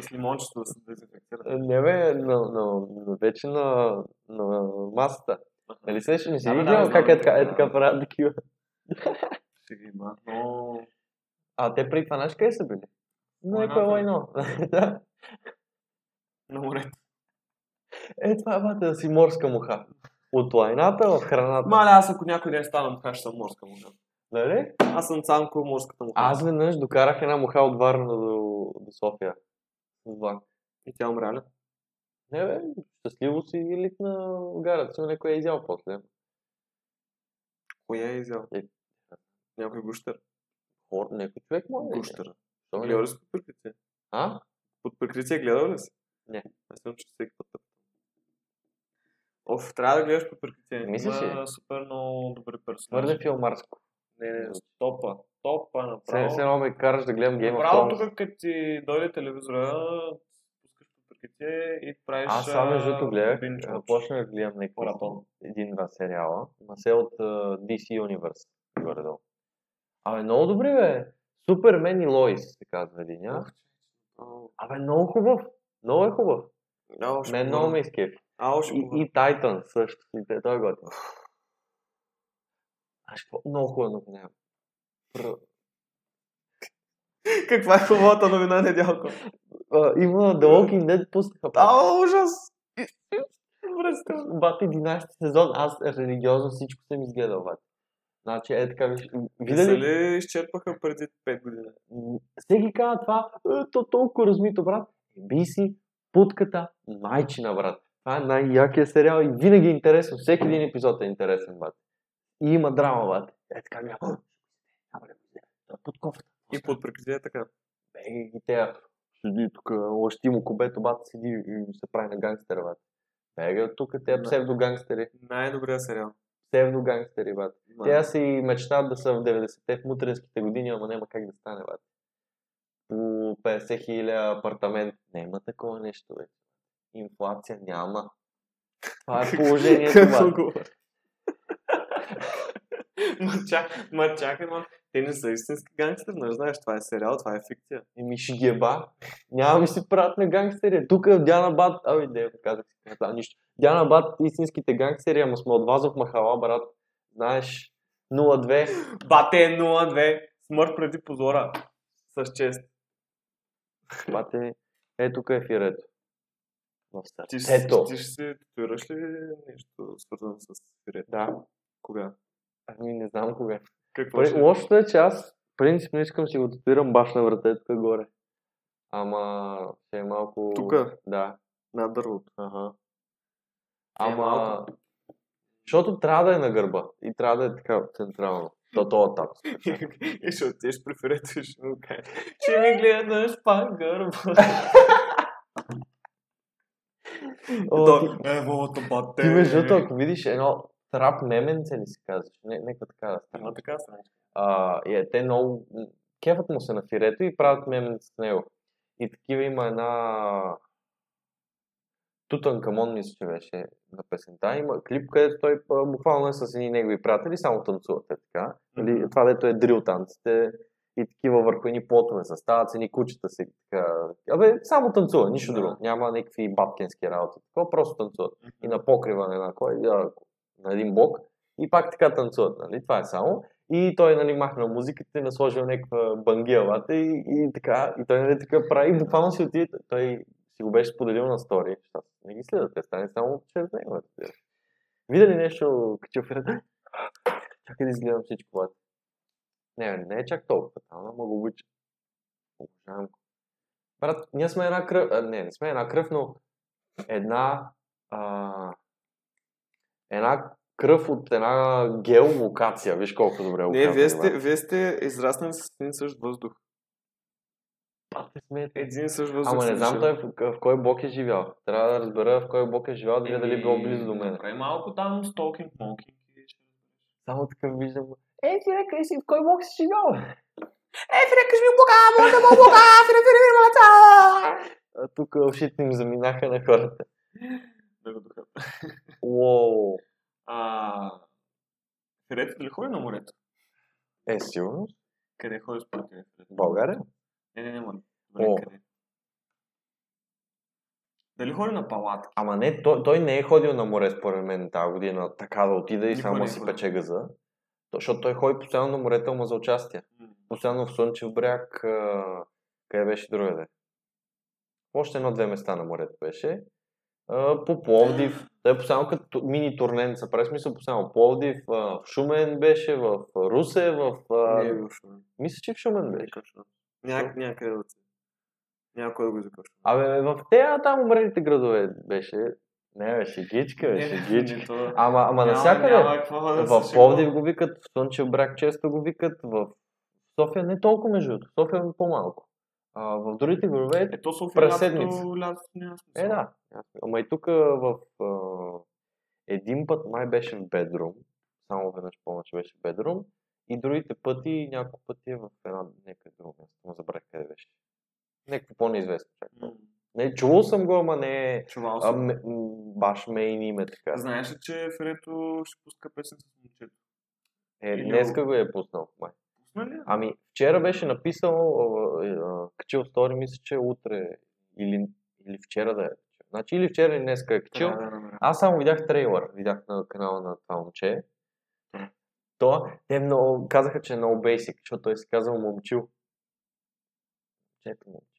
S1: С лимончето да се дезинфектират.
S2: Не бе, на, на, на, вече на, на масата.
S1: Е,
S2: Нали се не си
S1: Да, бе, да,
S2: видял
S1: знам,
S2: как е така, е
S1: да.
S2: така правят такива.
S1: Ще ги има. Но
S2: А те при това знаеш къде са били? На
S1: Войната.
S2: някое войно. Да.
S1: на морето.
S2: е, това е бате да си морска муха. От лайната в храната.
S1: Мале, аз ако някой ден стана муха, ще съм морска муха.
S2: Нали?
S1: Аз съм Цанко, морската муха.
S2: Аз веднъж докарах една муха от Варна до, до София. С влак.
S1: И тя умря нали? ли?
S2: Не бе, щастливо си литна гарата, сигурно някой е изял после.
S1: Коя е изял?
S2: Е.
S1: Някой гущер.
S2: Хор, някой човек може. да е.
S1: Гущера.
S2: Що не?
S1: Гледал ли си под прикритие?
S2: А?
S1: Под прикритие гледал ли си?
S2: Не.
S1: Аз съм, че всеки път. е. Оф, трябва да гледаш под прикритие.
S2: Мислиш
S1: Има супер много добри персонажи.
S2: Твърде филмарско.
S1: Не, не, топа. Топа
S2: Се,
S1: направо.
S2: се едно ме караш да гледам Game of
S1: Направо
S2: Thrones.
S1: тук, като ти дойде телевизора, пускаш под прикритие и правиш...
S2: Аз само между другото гледах,
S1: бинч
S2: а,
S1: watch.
S2: почнах да гледам някакви
S1: Маратон.
S2: един-два сериала, ма се от а, DC Universe, горе-долу. Абе, много добри, бе. Супермен и Лоис, се казва единя.
S1: Ау.
S2: Абе, много хубав. Много е хубав.
S1: Ау, ще
S2: Мен
S1: говоря.
S2: много ме изкефи.
S1: Ау, ще
S2: И,
S1: говоря.
S2: и Тайтън също. И те- той е готин. Знаеш какво? Много е хубава новина. Пр-
S1: Каква е хубавата новина, Недялко?
S2: а, Има The Walking Dead, пуснаха.
S1: Ау, ужас! Връзка.
S2: Бат 11 сезон, аз религиозно всичко съм изгледал, бат. Значи, е така, виж, видели ли?
S1: Дали изчерпаха преди 5 години?
S2: М, Всеки казва това, е, то толкова размито, брат. Би си путката майчина, брат. Това е най-якия сериал и винаги е интересно. Всеки един епизод е интересен, бат. И има драма, бат. Е така, гледам. Абе, той е под кофта.
S1: И под прикритие така.
S2: Беги ги тя. Седи тук, още му кубето, бата седи и се прави на гангстера, бата. Беги от тук, те
S1: Да.
S2: псевдогангстери.
S1: Най-добрия сериал.
S2: Псевдогангстери, бата.
S1: Ма,
S2: Те аз си мечтат да са в 90-те в мутренските години, ама няма как да стане, бе. По 50 хиляди апартамент. Няма такова нещо, бе. Инфлация няма. Това е положението,
S1: Какво
S2: бе.
S1: говориш? Ма чак- Ма чакай, ма. Те не са истински гангстер, нали знаеш, това е сериал, това е фикция.
S2: Еми ще ги еба. Няма ми си правят на гангстери. Тук Диана Бат... Ай, де, казах си, не знам нищо. Диана Бат, истинските гангстери, ама сме от Вазов Махала, брат. Знаеш, 0-2.
S1: Бате 0-2, смърт преди позора. С чест.
S2: Бате, е, тук е фирето. В
S1: Ти, ще-
S2: сърцето.
S1: ти ще си татуираш ли нещо свързано с фирет?
S2: Да.
S1: Кога?
S2: Ами не знам кога.
S1: Какво
S2: Пре- Лошото е, че аз принципно искам си го татуирам баш на врата, тук горе. Ама ще е малко...
S1: Тука?
S2: Да.
S1: Над дървото.
S2: Ага.
S1: Е,
S2: Ама...
S1: малко.
S2: Защото трябва да е на гърба. И трябва да е така централно. То това там.
S1: И ще отидеш при фирето и ще му кажеш. Ще ми гледаш пак гърба.
S2: О,
S1: То,
S2: ти-
S1: Ево, то "Е, бате.
S2: Ти между другото, ако видиш едно трап меменце ли си казваш? Не, нека така да стане.
S1: Има така страничка.
S2: а, и е, те много... м, Кефът му се на фирето и правят меменца с него. И такива има една... Тутанкамон, мисля, че беше на песента. Има клип, където той а, буквално е с едни негови приятели, само танцуват е така. Или, това, дето е дрил танците и такива върху едни плотове се стават, с едни кучета се така... Абе, само танцува, нищо
S1: Да.
S2: друго. Няма някакви баткински работи. Такова просто танцуват и на покрива на, една кой, а, на един бок и пак така танцуват. Нали? Това е само. И той нали, махнал музиката и насложил някаква бангия вата и, и, така. И той нали, така прави. И буквално си отиде. Той си го беше споделил на стори. защото Не ги следват, те стане само чрез него. разбира се. Видя ли нещо, качил в ред? Чакай да изгледам всичко. Вата. Не, не, не е чак толкова там, ама го обичам. Обожавам го. Брат, ние сме една кръв... А, не, не сме една кръв, но една... А, една кръв от една геолокация. Виж колко добре го
S1: Не,
S2: казвам,
S1: вие
S2: брат.
S1: сте, вие сте израснали с един същ въздух.
S2: Пак не сме...
S1: Един и същ въздух.
S2: Ама
S1: сте
S2: не знам
S1: дишали.
S2: той в, в кой бок е живял. Трябва да разбера в кой бок е живял, да видя дали е бил близо до мен.
S1: Прави малко там столкинг, монкинг.
S2: Само така виждам. Е, ти река, си, в кой бок си живял?
S1: Е, Фире, кажи ми бога, може да му бога, Фире, Фире, Фире, малата!
S2: А тук ушите им заминаха на хората.
S1: Да го духа.
S2: Уоу.
S1: А, Фирето ли ходи на морето?
S2: Е, сигурно.
S1: Къде ходиш по тебе? Фирето?
S2: България?
S1: Не, не, не, моля.
S2: О.
S1: Добре, къде? Дали ходи на палатки?
S2: Ама не, той, той не е ходил на море според мен тази година, така да отида и
S1: Никога
S2: само
S1: не е
S2: да си
S1: ходил.
S2: пече газа. То- Защото той ходи постоянно на морето, ама за участие.
S1: М.
S2: Постоянно в Слънчев бряг, а, къде беше другаде. Още едно-две места на морето беше. А, по Пловдив, той е постоянно като ту- мини турненца, прави смисъл постоянно Пловдив, а, в Шумен беше, в Русе, в... а,
S1: Не е бил Шумен.
S2: Мисля, че в Шумен
S1: Не е
S2: беше.
S1: бил Шумен. Няк- Някъде да отиде. Някой да го изкъща.
S2: Абе, в тея там умрените градове беше. Не, беше гичка, беше гичка. Ама, ама навсякъде. В Пловдив го викат, в Слънчев бряг често го викат, в София не толкова между другото, в София е по-малко. А, в другите градове
S1: Ето София
S2: през
S1: лятото,
S2: седмица.
S1: лятото няма смисъл.
S2: е да. Ама и тук в а, един път май беше в бедрум, само веднъж помня, че беше в бедрум, и другите пъти, няколко пъти е в една някъде друго място, но забравих къде беше. Някакво по-неизвестно. чак.
S1: М,
S2: Не, чувал съм го, ама не е
S1: Чувал
S2: а,
S1: съм.
S2: м- м- баш мейн име така.
S1: Знаеш ли, че Фрето ще пуска песен с момчето?
S2: Е,
S1: Или-
S2: днеска го е пуснал май.
S1: Пусна ли? я?
S2: Ами, вчера беше написал, а, а, качил стори, мисля, че утре или, или вчера да е. качил. Значи или вчера или днес е качил.
S1: Трябва да я намеря.
S2: Аз само видях трейлър, видях на канала на това момче. То, те много, казаха, че е много basic, защото той се казва момчил. Чето момчил.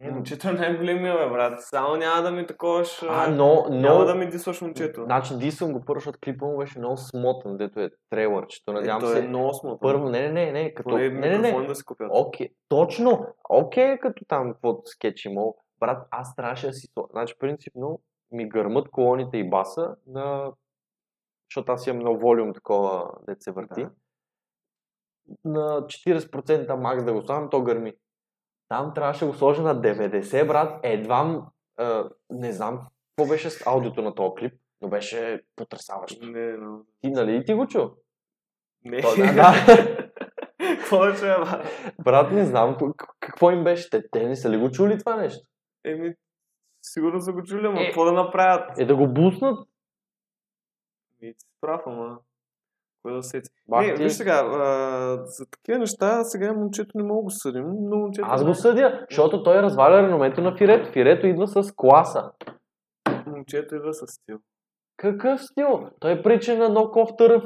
S1: Е, Момчето е най-големия, бе, брат. Само няма да ми таковаш...
S2: А,
S1: а,
S2: но, но...
S1: Няма да ми дисваш момчето.
S2: Значи, дисвам го първо, защото клипа му беше много смотан, дето е трейлърчето.
S1: Е,
S2: Надявам
S1: той е
S2: се.
S1: много смотан.
S2: Първо, не, не, не, не, като...
S1: Поне
S2: Не, не, не.
S1: микрофон да си купят.
S2: Окей, точно. Окей, като там под скетч имал. Брат, аз трябваше да си... сла- Значи, принципно, ми гърмат колоните и баса на... Защото аз имам много волюм такова, дете се върти.
S1: Да.
S2: на 40% макс да го слагам, то гърми. Там трябваше да го сложа на 90, брат. Едва, м, а, не знам какво беше с аудиото на този клип, но беше потрясаващо.
S1: Не, но...
S2: Ти, нали, и ти го чу?
S1: Не.
S2: То, да, да.
S1: Какво е, да чуя, ба?
S2: Брат, не знам к- к- какво им беше. Те, те не са ли го чули това нещо?
S1: Еми, сигурно са го чули, ама
S2: Е.
S1: какво да направят?
S2: Е, да го буснат.
S1: Ми, ти си прав, ама... Кой да сети?
S2: Бах
S1: не,
S2: ти.
S1: виж сега, а, за такива неща сега момчето не мога да го съдим, но момчето... е
S2: Аз го съдя, защото той разваля реномето на Фирето. Фирето идва с класа.
S1: Момчето идва с стил.
S2: Какъв стил? Той прича на ноков ТРФ.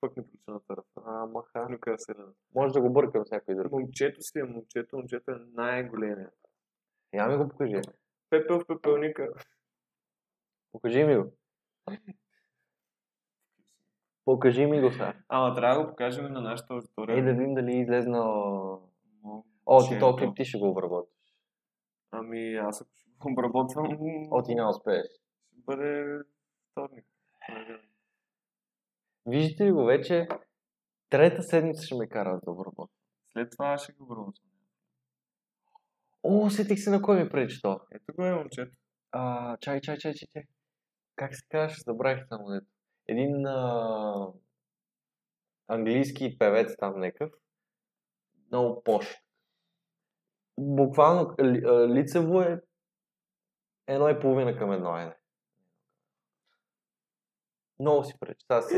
S1: Пък не причина търпа. А, маха. Нека да се не.
S2: Може да го бъркам с някой друг.
S1: Момчето си е момчето, момчето е най-големия.
S2: Я ми го покажи.
S1: Пепел в пепелника.
S2: Покажи ми го. Покажи ми го сега.
S1: Ама трябва да го покажем и на нашата аудитория.
S2: Ей да видим дали излезна...
S1: Но-
S2: О, ти
S1: Че,
S2: този
S1: да.
S2: клип ти ще го обработи.
S1: Ами аз ако ще го обработвам,
S2: О, ти няма успееш.
S1: ще бъде вторник. Понеделник.
S2: Виждате ли го вече? Трета седмица ще ме карат да обработя.
S1: След това ще го обработвам.
S2: О, сетих се на кой ми пречи то.
S1: Ето го е момчето.
S2: А, чай, чай, чай, чай, чай. Как се казваше? Забравих само дето. Един а... английски певец там некъв. Много пош. Буквално ли, а, лицево е едно и половина към едно е. Много си пречи. Сега си.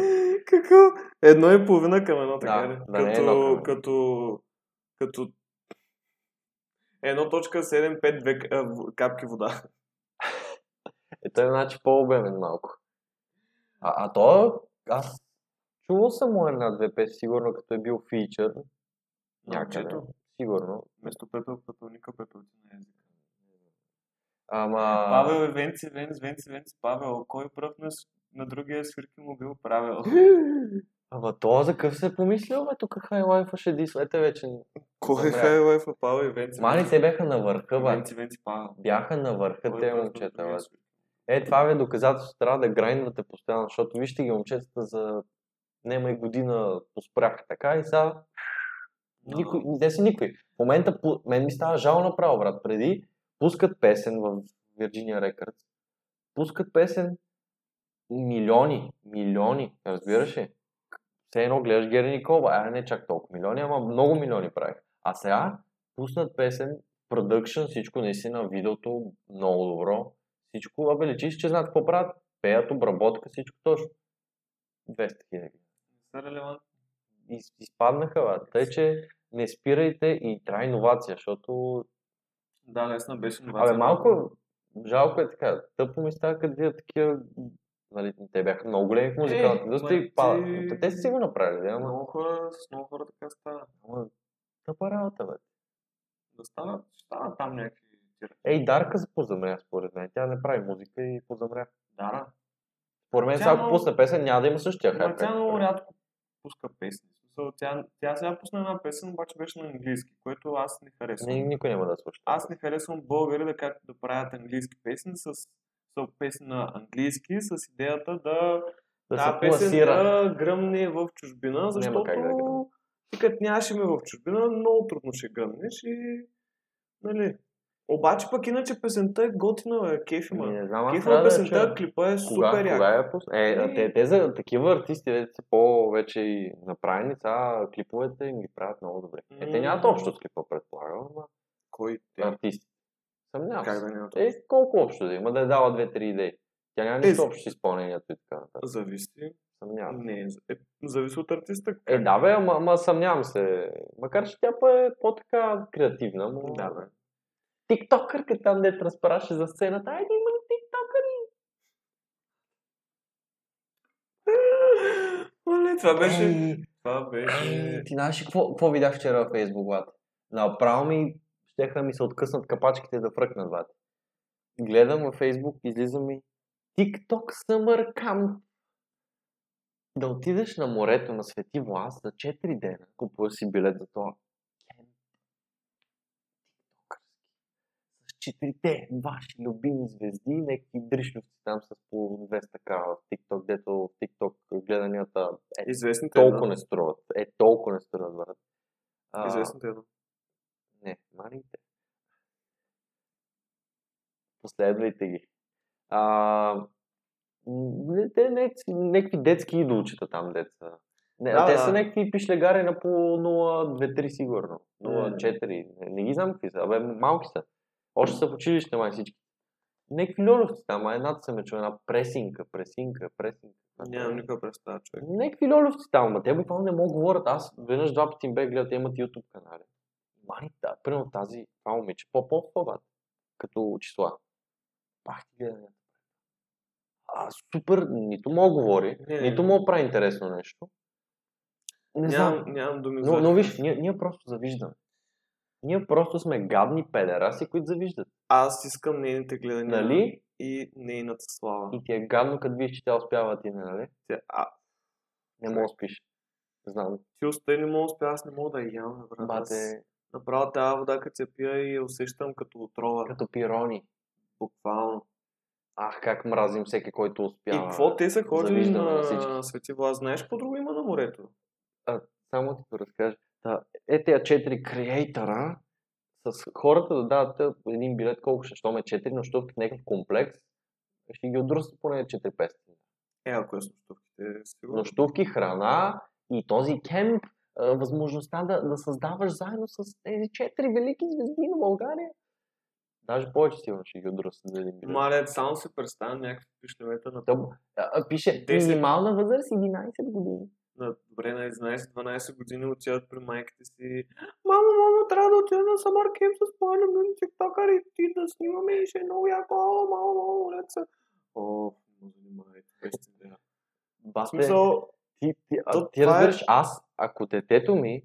S1: Какво? Едно и половина към едно, така
S2: Да,
S1: ли?
S2: да не е
S1: като,
S2: едно към едно.
S1: като, като 1.752 а, в- капки вода.
S2: Е, той значи по-обемен малко. А, а то, аз чувал съм му една-две песни, сигурно като е бил фичър. Някъде.
S1: Момчето,
S2: Сигурно.
S1: Вместо пепел, пепелника, пепелци на езика.
S2: Ама...
S1: Павел е Венци, Венц, Венци, Венц, Павел. Кой пръв на, с- на другия свирки му бил правил?
S2: Ама то за къв се е помислил, бе, тук хайлайфа ще дисва. Ете вече.
S1: Кой е
S2: Добре.
S1: хайлайфа Павел и Венци?
S2: Мали те бяха на върха, бе.
S1: Венци, Венци, Павел.
S2: Бяха на върха
S1: Кой
S2: те
S1: пръв на
S2: момчета,
S1: другия
S2: бе.
S1: свирки?
S2: Е, това ви е доказателство, трябва да грайндвате постоянно, защото вижте ги момчетата за нема и година поспряха така и сега никой, не са никой. В момента пу- мен ми става жал направо, брат. Преди пускат песен в Virginia Records, пускат песен милиони, милиони, разбираш ли? Все едно гледаш Гери Никола, а не чак толкова милиони, ама много милиони правих. А сега пуснат песен, продъкшн, всичко наистина, видеото много добро, всичко, абе личи, че знаят какво правят, пеят, обработка, всичко точно. 200 хиляди
S1: Не са релевантни.
S2: из- изпаднаха, бе. Тъй, че не спирайте и трябва иновация, защото...
S1: Да, лесна беше
S2: Абе,
S1: новация.
S2: малко е- жалко е така. Тъпо ми става, като видя такива... Нали, те бяха много големи в музикалната
S1: Е,
S2: индустрия
S1: ма
S2: и падат.
S1: ти-
S2: Но те- Те са си го направили, да, ама...
S1: Много хора, с много хора така става.
S2: ама Тъпа работа, бе.
S1: Да станат, станат там някакви тира.
S2: Ей, Дарка се позамря, според мен. Тя не прави музика и позамря.
S1: Да, да.
S2: Според мен,
S1: Тя
S2: сега ако
S1: много-
S2: пусне песен, няма да има същия
S1: Ма
S2: хайп.
S1: тя
S2: както
S1: много
S2: преди.
S1: рядко пуска песни. В смисъл, Тя, тя сега пусна една песен, обаче беше на английски, което аз не харесвам.
S2: Ни- Никой няма да я слуша.
S1: Аз не харесвам българи да, кат, да правят английски песни с, с песни на английски, с идеята да
S2: Да
S1: тази
S2: се
S1: песен
S2: пласира.
S1: да гръмне в чужбина, защото
S2: как да гръмне.
S1: ти като нямаше ме в чужбина, много трудно ще гръмнеш и... Нали? Обаче пък иначе песента е готина, бе, кефи
S2: Ами,
S1: ма.
S2: Не знам, аз
S1: Кефи
S2: трябва
S1: на
S2: да я чуя.
S1: песента, клипа е
S2: Кога,
S1: супер як.
S2: кога я пусна? Е, а те, те за такива артисти де са по-вече и направени, сега клиповете им ги правят много добре. Е, те нямат
S1: М.
S2: общо с клипа, предполагам, ама
S1: Кой те?
S2: артисти. Съмнявам
S1: Как
S2: се.
S1: да няма това?
S2: Е, колко общо да има, да е дала две-три идеи. Тя няма
S1: Е,
S2: нищо
S1: с-
S2: общо с изпълнението и така нататък.
S1: Зависи.
S2: Съмнявам. се.
S1: Не, е, зависи от артиста.
S2: Е, да бе, ама, ама съмнявам се. Макар, че тя па е по-така креативна. Ма...
S1: Да, бе.
S2: Тиктокърка там, дето разпраше за сцената. Айде, има ли тиктокър?
S1: Оле, Нали, това беше...
S2: Е.
S1: Това беше...
S2: Ай, Ами, Ти знаеш ли какво, какво видях вчера във Фейсбук, брат? Направо ми щеха ми се откъснат капачките да фръкнат, брат. Гледам във Фейсбук, излиза ми TikTok Summer Camp. Да отидеш на морето на Свети Влас за 4 дена, купуваш си билет за това. Кемп. четирите ваши любими звезди, някакви дришовци там с по 200 к в TikTok, дето в TikTok гледанията е
S1: Известните
S2: толкова
S1: едно.
S2: не струват. Е толкова не струват, брат. А,
S1: Известните едно.
S2: Не, маните. Последвайте ги. А, м, не, те някакви, някакви детски идолчета там, деца. Не,
S1: Да,
S2: те
S1: да.
S2: са някакви пишлягари на по 0,2-3 сигурно.
S1: М.
S2: 0,4.
S1: Е.
S2: Не, не ги знам какви са. Абе, малки са. Още са в училище, май всички. Някакви льолевци там, а едната съм я чул, една пресинка, пресинка, пресинка.
S1: Нямам никаква представа, човек.
S2: Някакви льолевци там, ама те буквално не могат да говорят. Аз веднъж два пъти им бе гледал, те имат YouTube канали. Мани, да, примерно тази, това момиче, по-по-по, бат, като числа. Пах ти гледане. А, супер, нито мога говори,
S1: Не,
S2: нито
S1: не.
S2: мога прави интересно нещо. Не знам.
S1: Нямам, нямам думи
S2: Но, но виж, ние, ние просто завиждаме. Ние просто сме гадни педераси, които завиждат.
S1: Аз искам нейните гледания
S2: Нали?
S1: и нейната слава.
S2: И ти е гадно, като видиш, че тя успява а ти, не, нали?
S1: Тя- А,
S2: Не мога да спиш. Знам.
S1: ти остай не мога да спя, аз не мога да я ям, брат. Аз
S2: Бате,
S1: Направо тази вода, като се пия и я усещам като отрова.
S2: като пирони.
S1: Буквално.
S2: Ах, как мразим всеки, който успява.
S1: И какво те са ходили
S2: завиждаме на
S1: на
S2: всички.
S1: Свети Влас? Знаеш какво друго има на морето?
S2: Само ти го разкажа. Та, е тези четири креатора с хората да дадат те един билет, колко ще, щом е 4 нощувки в някакъв комплекс, ще ги отдръсат поне 4-5.
S1: Е, ако е с нощувките, сигурно.
S2: Нощувки, храна и този кемп, а, възможността да, да създаваш заедно с тези четири велики звезди на България. Даже повече сигурно ще ги отдръсат за един билет.
S1: Мале, само се представя някакви пишневета на,
S2: Та, а, а, пише,
S1: 10.
S2: минимална възраст 11 години.
S1: на добре на 11-12 години отиват при майките си. Мамо, мамо, трябва да отидем на Самар Кем с моя любим тиктокър и ти да снимаме и ще е много яко. О, мамо, мамо, леца. О, не занимайте, без идея. В
S2: Басте,
S1: смисъл,
S2: Ти, ти,
S1: То
S2: а, ти
S1: това е-
S2: разбираш, аз, ако детето ми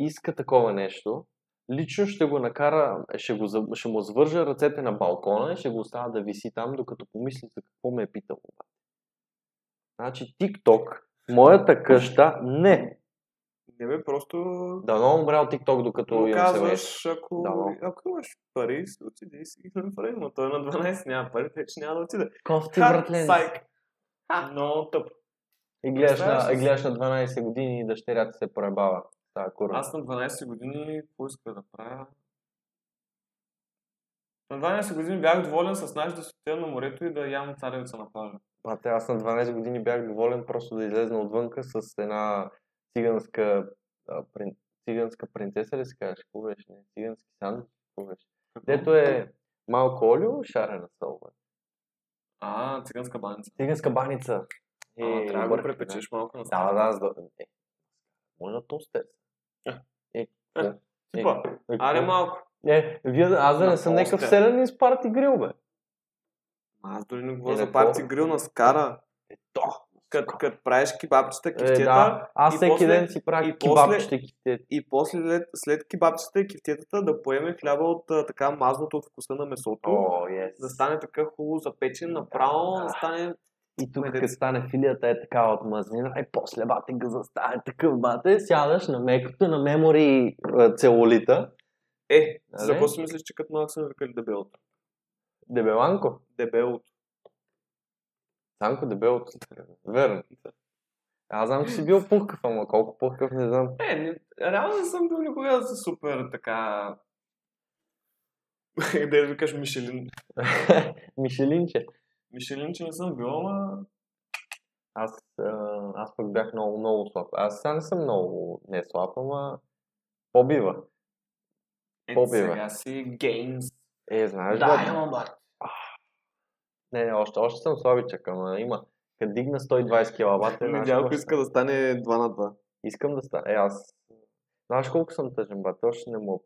S2: иска такова нещо, лично ще го накара, ще, го, за- ще му свържа ръцете на балкона и ще го оставя да виси там, докато помисли за какво ме е питал. Значи, TikTok, моята къща, не.
S1: не бе, просто
S2: Дано умрял TikTok, докато
S1: му
S2: имам семейство.
S1: казваш, ако,
S2: Да,
S1: ако имаш пари, си отиди и си ги направи, но той на 12 няма пари, тъй че няма да отиде.
S2: Кофти,
S1: Ха,
S2: братлен.
S1: Сайк. Много тъп.
S2: И гледаш
S1: Представяш
S2: на,
S1: ли
S2: и
S1: си?
S2: гледаш на 12 години и дъщерята се проебава. Та, кура.
S1: Аз на 12 години какво иска да правя? На 12 години бях доволен с нас да се отида на морето и да ям царевица на плажа.
S2: Бате, аз на 12 години бях доволен просто да излезна отвънка с една циганска, а, прин, циганска принцеса ли се казваш? Какво беше? Не? Цигански сандвич? Какво беше? Дето е малко олио, шарена солба.
S1: А, циганска баница.
S2: Циганска баница.
S1: Е, а, трябва да го
S2: бъркам,
S1: препечеш малко на
S2: Да, да, да. Задъл... Е, може на тостер. Е, какво? е,
S1: Типа,
S2: е,
S1: аре
S2: какво?
S1: малко.
S2: Е, вие, аз да
S1: На
S2: не съм някакъв
S1: тостер.
S2: селянин с парти грил, бе.
S1: Аз дори не говоря
S2: Е,
S1: за
S2: какво?
S1: парти грил на скара.
S2: Е, то.
S1: Като кът правиш кебабчета,
S2: Е,
S1: кифтета,
S2: да. Аз
S1: и
S2: всеки
S1: после-
S2: ден си правя
S1: и после-
S2: кебабчета, кифтета.
S1: и после след, след кебабчета и кифтетата да поеме хляба от а, така мазното от вкуса на месото.
S2: О, ес.
S1: Да стане така хубаво запечен, направо да
S2: Да.
S1: стане
S2: И тук,
S1: Медец.
S2: като стане филията е такава от мазнина, и после бате газа стане такъв бате, сядаш на мекото на мемори е, целулита.
S1: Е,
S2: Да,
S1: за
S2: бе.
S1: какво си мислиш, че като малък са ме викали дебелото?
S2: Дебеланко.
S1: Дебелото.
S2: Танко дебелото. Верно. Аз знам, че си бил пухкав, ама колко пухкав не знам.
S1: Е, не, реално не съм бил никога за супер така... да я викаш Мишелин.
S2: Мишелинче.
S1: Мишелин, че не съм бил, ама...
S2: Аз, е, аз пък бях много, много слаб. Аз сега не съм много не слаб, ама побива.
S1: Ето
S2: Какво бива?
S1: сега си геймс.
S2: Е, знаеш,
S1: Да,
S2: бе,
S1: имам бар.
S2: не, не, още, още съм слабичък, ама има. Като дигна 120 киловата,
S1: Недялко иска да стане 2 на 2.
S2: Искам да стана. Е, аз. Знаеш колко съм тъжен, бат, още не мога.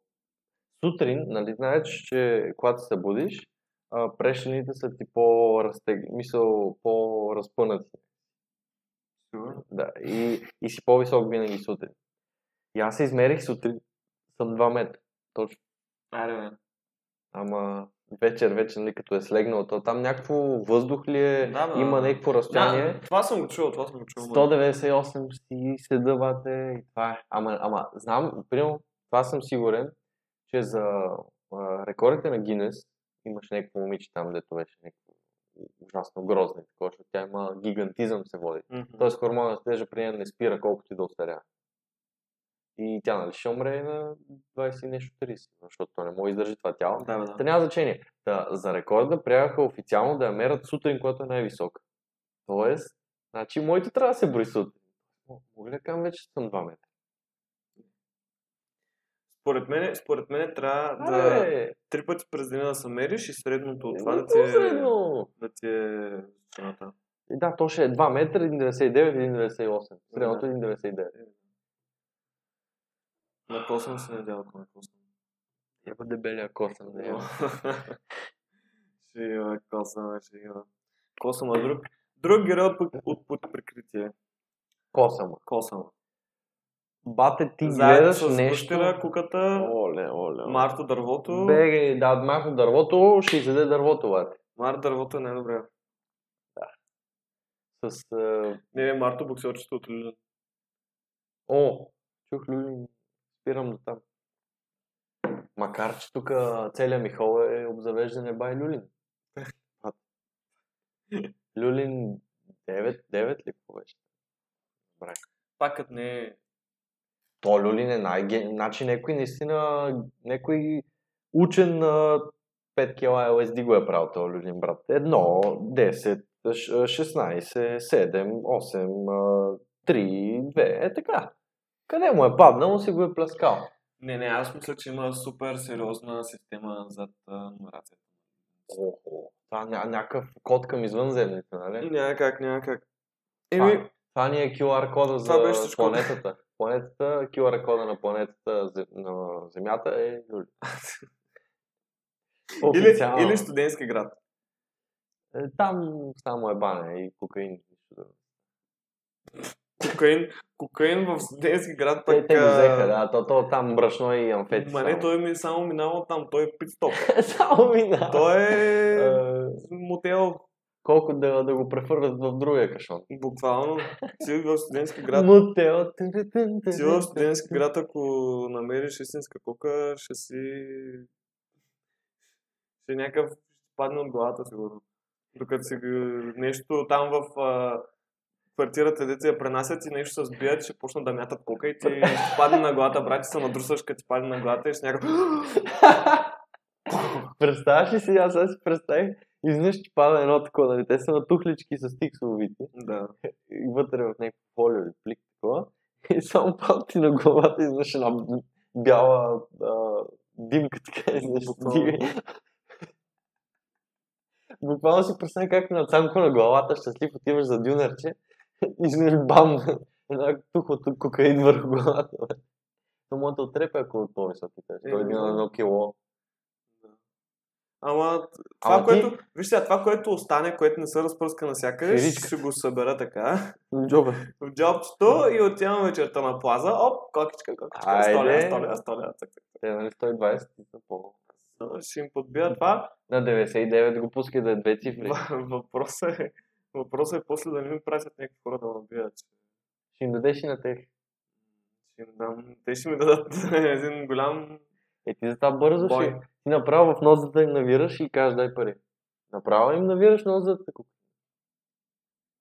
S2: Сутрин, нали, знаеш, че когато се събудиш, а, прешените са ти по-разтег... мисъл, по-разпънати.
S1: Сигурно.
S2: Да. И, и си по-висок винаги сутрин. И аз се измерих сутрин, съм 2 метра. Точно.
S1: Аре, бе.
S2: Ама вечер, вечер, нали, като е слегнал, то там някакво въздух ли е,
S1: Да, бе.
S2: има някакво разстояние.
S1: Да, това съм го чувал, това съм го чувал.
S2: 198 си седа, бате, и това е. Ама, ама знам, примерно, това съм сигурен, че за а, рекордите на Гинес имаше някакво момиче там, дето беше някакво ужасно грозно, и такова, защото тя има гигантизъм се води.
S1: Мгм.
S2: Тоест хормона стежа при нея не спира колкото и да остаря. И тя нали ще умре на 20 и нещо 30, защото то не може да издържи това тяло.
S1: Да, бе, да.
S2: Та няма значение. Та, за рекорда приеха официално да я мерят сутрин, когато е най-висока. Тоест, значи моето трябва да се брои сутрин. М- Мога ли да кажа вече че съм 2 метра?
S1: Според мен, според мен трябва да
S2: Абе,
S1: три пъти през деня да се мериш и средното от това
S2: е
S1: да ти е...
S2: средно.
S1: Да ти е... цената.
S2: И Да, то ще е 2 метра, 1,99, 1,98. Средното е 1,99.
S1: На косъм се надявах на косъм.
S2: Ева дебелия косъм. да е.
S1: Но- Ще има косъм, ще има. Косъм е друг. Друг герой от, под- от под прикритие.
S2: Косъма.
S1: Косъм.
S2: Бате, ти
S1: Заедно
S2: гледаш
S1: с
S2: нещо.
S1: кущера, куката,
S2: Оле, оле, оле.
S1: Марто дървото.
S2: Бега, да, махна дървото, ще изяде дървото, бате.
S1: Марто дървото е най-добре.
S2: С... е, а,
S1: Не, не, Марто боксерчето от Люлин.
S2: О, чух Люлин. Спирам до там. Макар, че тук целият ми хол е обзавеждане бай Люлин. Люлин 9, 9 ли какво беше?
S1: Пак като не е
S2: То Люлин е най Значи някой наистина, някой учен на 5 кила ЛСД го е правил този Люлин, брат. Едно, 10, ш- 16, 7, 8, а, 3, 2, е така. Къде му е паднал, си го е плескал.
S1: Не, не, аз мисля, че има супер сериозна система зад а, нумерацията.
S2: Охо. Това ня- някакъв код към извънземните, нали?
S1: Няма как, няма как.
S2: Това,
S1: Еми,
S2: това ни е QR кода за
S1: беше всичко.
S2: планетата. Планетата, QR кода на планетата зе- на Земята е Люлин.
S1: или,
S2: Официално.
S1: или студентски град.
S2: Е, Там само е бане и кокаин.
S1: Кокаин, кокаин в студентски град пък...
S2: Те, те го
S1: а,
S2: взеха, да, то, то там брашно и амфети.
S1: Ма
S2: само.
S1: не, той ми е само минава там, той е пит-стоп.
S2: само мина.
S1: той е
S2: Е,
S1: мотел,
S2: колко да, да го прехвърлят в другия кашон.
S1: буквално. Си в студентски град.
S2: Мотел.
S1: Ти в студентски град, ако намериш истинска кока, ще си... Ще е някакъв ще падне от главата, сигурно. Докато си г- нещо там в а, квартирата, дете я пренасят и нещо се сбият, ще почнат да мятат кока и ти ще падне на главата, брат, ще се надрусаш, като ти падне на главата и ще някакъв...
S2: Представяш ли си, аз сега си представих, изведнъж ти пада едно такова, нали? Те са на тухлички с тиксовите.
S1: Да.
S2: и вътре в някакво фолио или плик такова. И само пада ти на главата и изведнъж една б- бяла а, димка така изведнъж се
S1: Буквално.
S2: дига. Буквално си представя как на цанко на главата щастлив отиваш за дюнерче и изведнъж бам, една тухла от кокаин върху главата. бе. То му да отрепе, ако от този висок е питаш. Той е
S1: Еми,
S2: на
S1: да.
S2: едно кило.
S1: Ама това,
S2: Ама ти,
S1: което... Виж сега, това, което остане, което не се разпръска навсякъде,
S2: Фиричка.
S1: ще го събера така
S2: Джоба,
S1: в джобчето и отивам вечерта на плаза. Оп, кокичка, кокичка, столя,
S2: Айде.
S1: столя, столя, цък,
S2: те нали 120 ти са по...
S1: ще им подбия това.
S2: На 99 го пуска да е две цифри.
S1: В- Въпросът е, въпросът е после да не ми пратят някакви хора да ме бият.
S2: Ще им дадеш и на тех.
S1: Ще им дам, те ще ми дадат един голям
S2: Е, ти за това бързо ще...
S1: бой.
S2: Ти направо в нозата им навираш и кажеш дай пари. Направо им навираш нозата.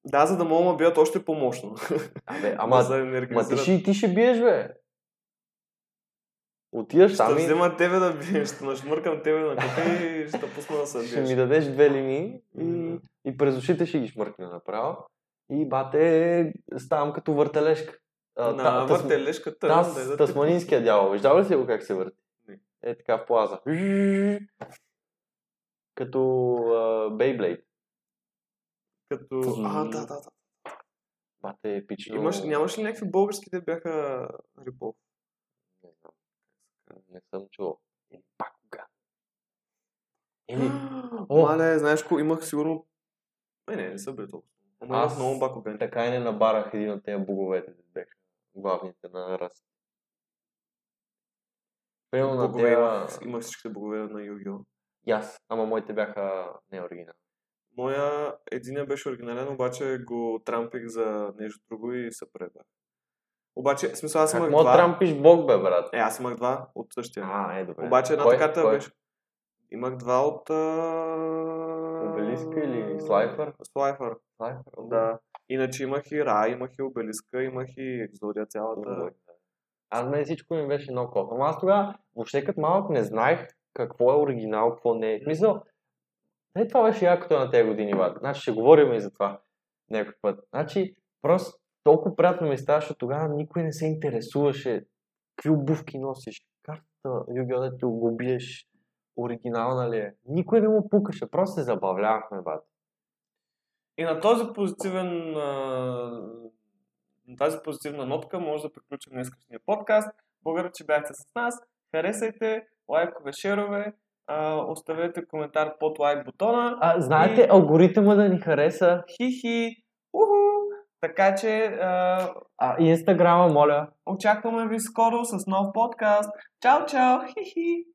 S1: Да, за да мога да ме бият още по-мощно.
S2: Абе, ама,
S1: за да не
S2: ама ти,
S1: организират.
S2: ще, ти ще биеш, бе. Отиваш
S1: Ще
S2: там и
S1: взема тебе да биеш, ще нашмъркам тебе на кафе и ще те пусна да се
S2: ще ми
S1: биеш.
S2: дадеш две линии и,
S1: Мгм.
S2: и през ушите ще ги шмъркне направо. И бате, ставам като въртележка. А,
S1: На
S2: та- тас-
S1: въртележката.
S2: тас-
S1: да, е да, те
S2: Тасманинския дявол. Виждал ли си го как се върти?
S1: Не.
S2: Е така в плаза. Като а, Бейблейд.
S1: Като... А, да, да, да.
S2: Бате, епично.
S1: Имаш, нямаш ли някакви български, те бяха рибов?
S2: Не знам. Не съм чувал. Или пак кога? Или... О!
S1: Мале, знаеш ко, имах сигурно... Не, не, не са били толкова. Ама
S2: Аз-
S1: имах много бакобен.
S2: Така и не набарах един от тези боговете, де бяха главните на раз. Примерно на
S1: Богове
S2: тема...
S1: имах, имах всичките богове на Йо-Йо.
S2: И аз, ама моите бяха не оригинал.
S1: Моя единия беше оригинален, обаче го трампих за нещо друго и се пребах. Обаче, в смисъл, аз имах
S2: Как мога да
S1: два.
S2: трампиш Бог, бе, брат?
S1: Е, аз имах два от същия.
S2: А, е, добре.
S1: Обаче една
S2: Кой?
S1: таката
S2: Кой?
S1: беше. Имах два от... А...
S2: Обелиска или Слайфър?
S1: Слайфър,
S2: Слайфър?
S1: да. Иначе имах и Ра, имах и Обелиска, имах и Екзодия
S2: Да.
S1: цялата.
S2: Аз мен всичко ми беше много кофа. Ама аз тогава, въобще като малък, не знаех какво е оригинал, какво не е. В Смисъл, не това беше якото на тези години, бат. Значи ще говорим и за това някой път. Значи, просто толкова приятно ми ставаше, тогава никой не се интересуваше какви обувки носиш, карта, югио да ти го биеш, оригинална ли е. Никой не му пукаше, просто се забавлявахме, бат.
S1: И на този позитивен... а, На тази позитивна нотка може да приключим днескашния подкаст. Благодаря, че бяхте с нас. Харесайте, лайкове, шерове, а, оставете коментар под лайк бутона.
S2: А, знаете,
S1: И-
S2: алгоритъма да ни хареса,
S1: Хи-хи! Уху! Така че а,
S2: а, и инстаграма, моля,
S1: очакваме ви скоро с нов подкаст. Чао, чао! Хи-хи!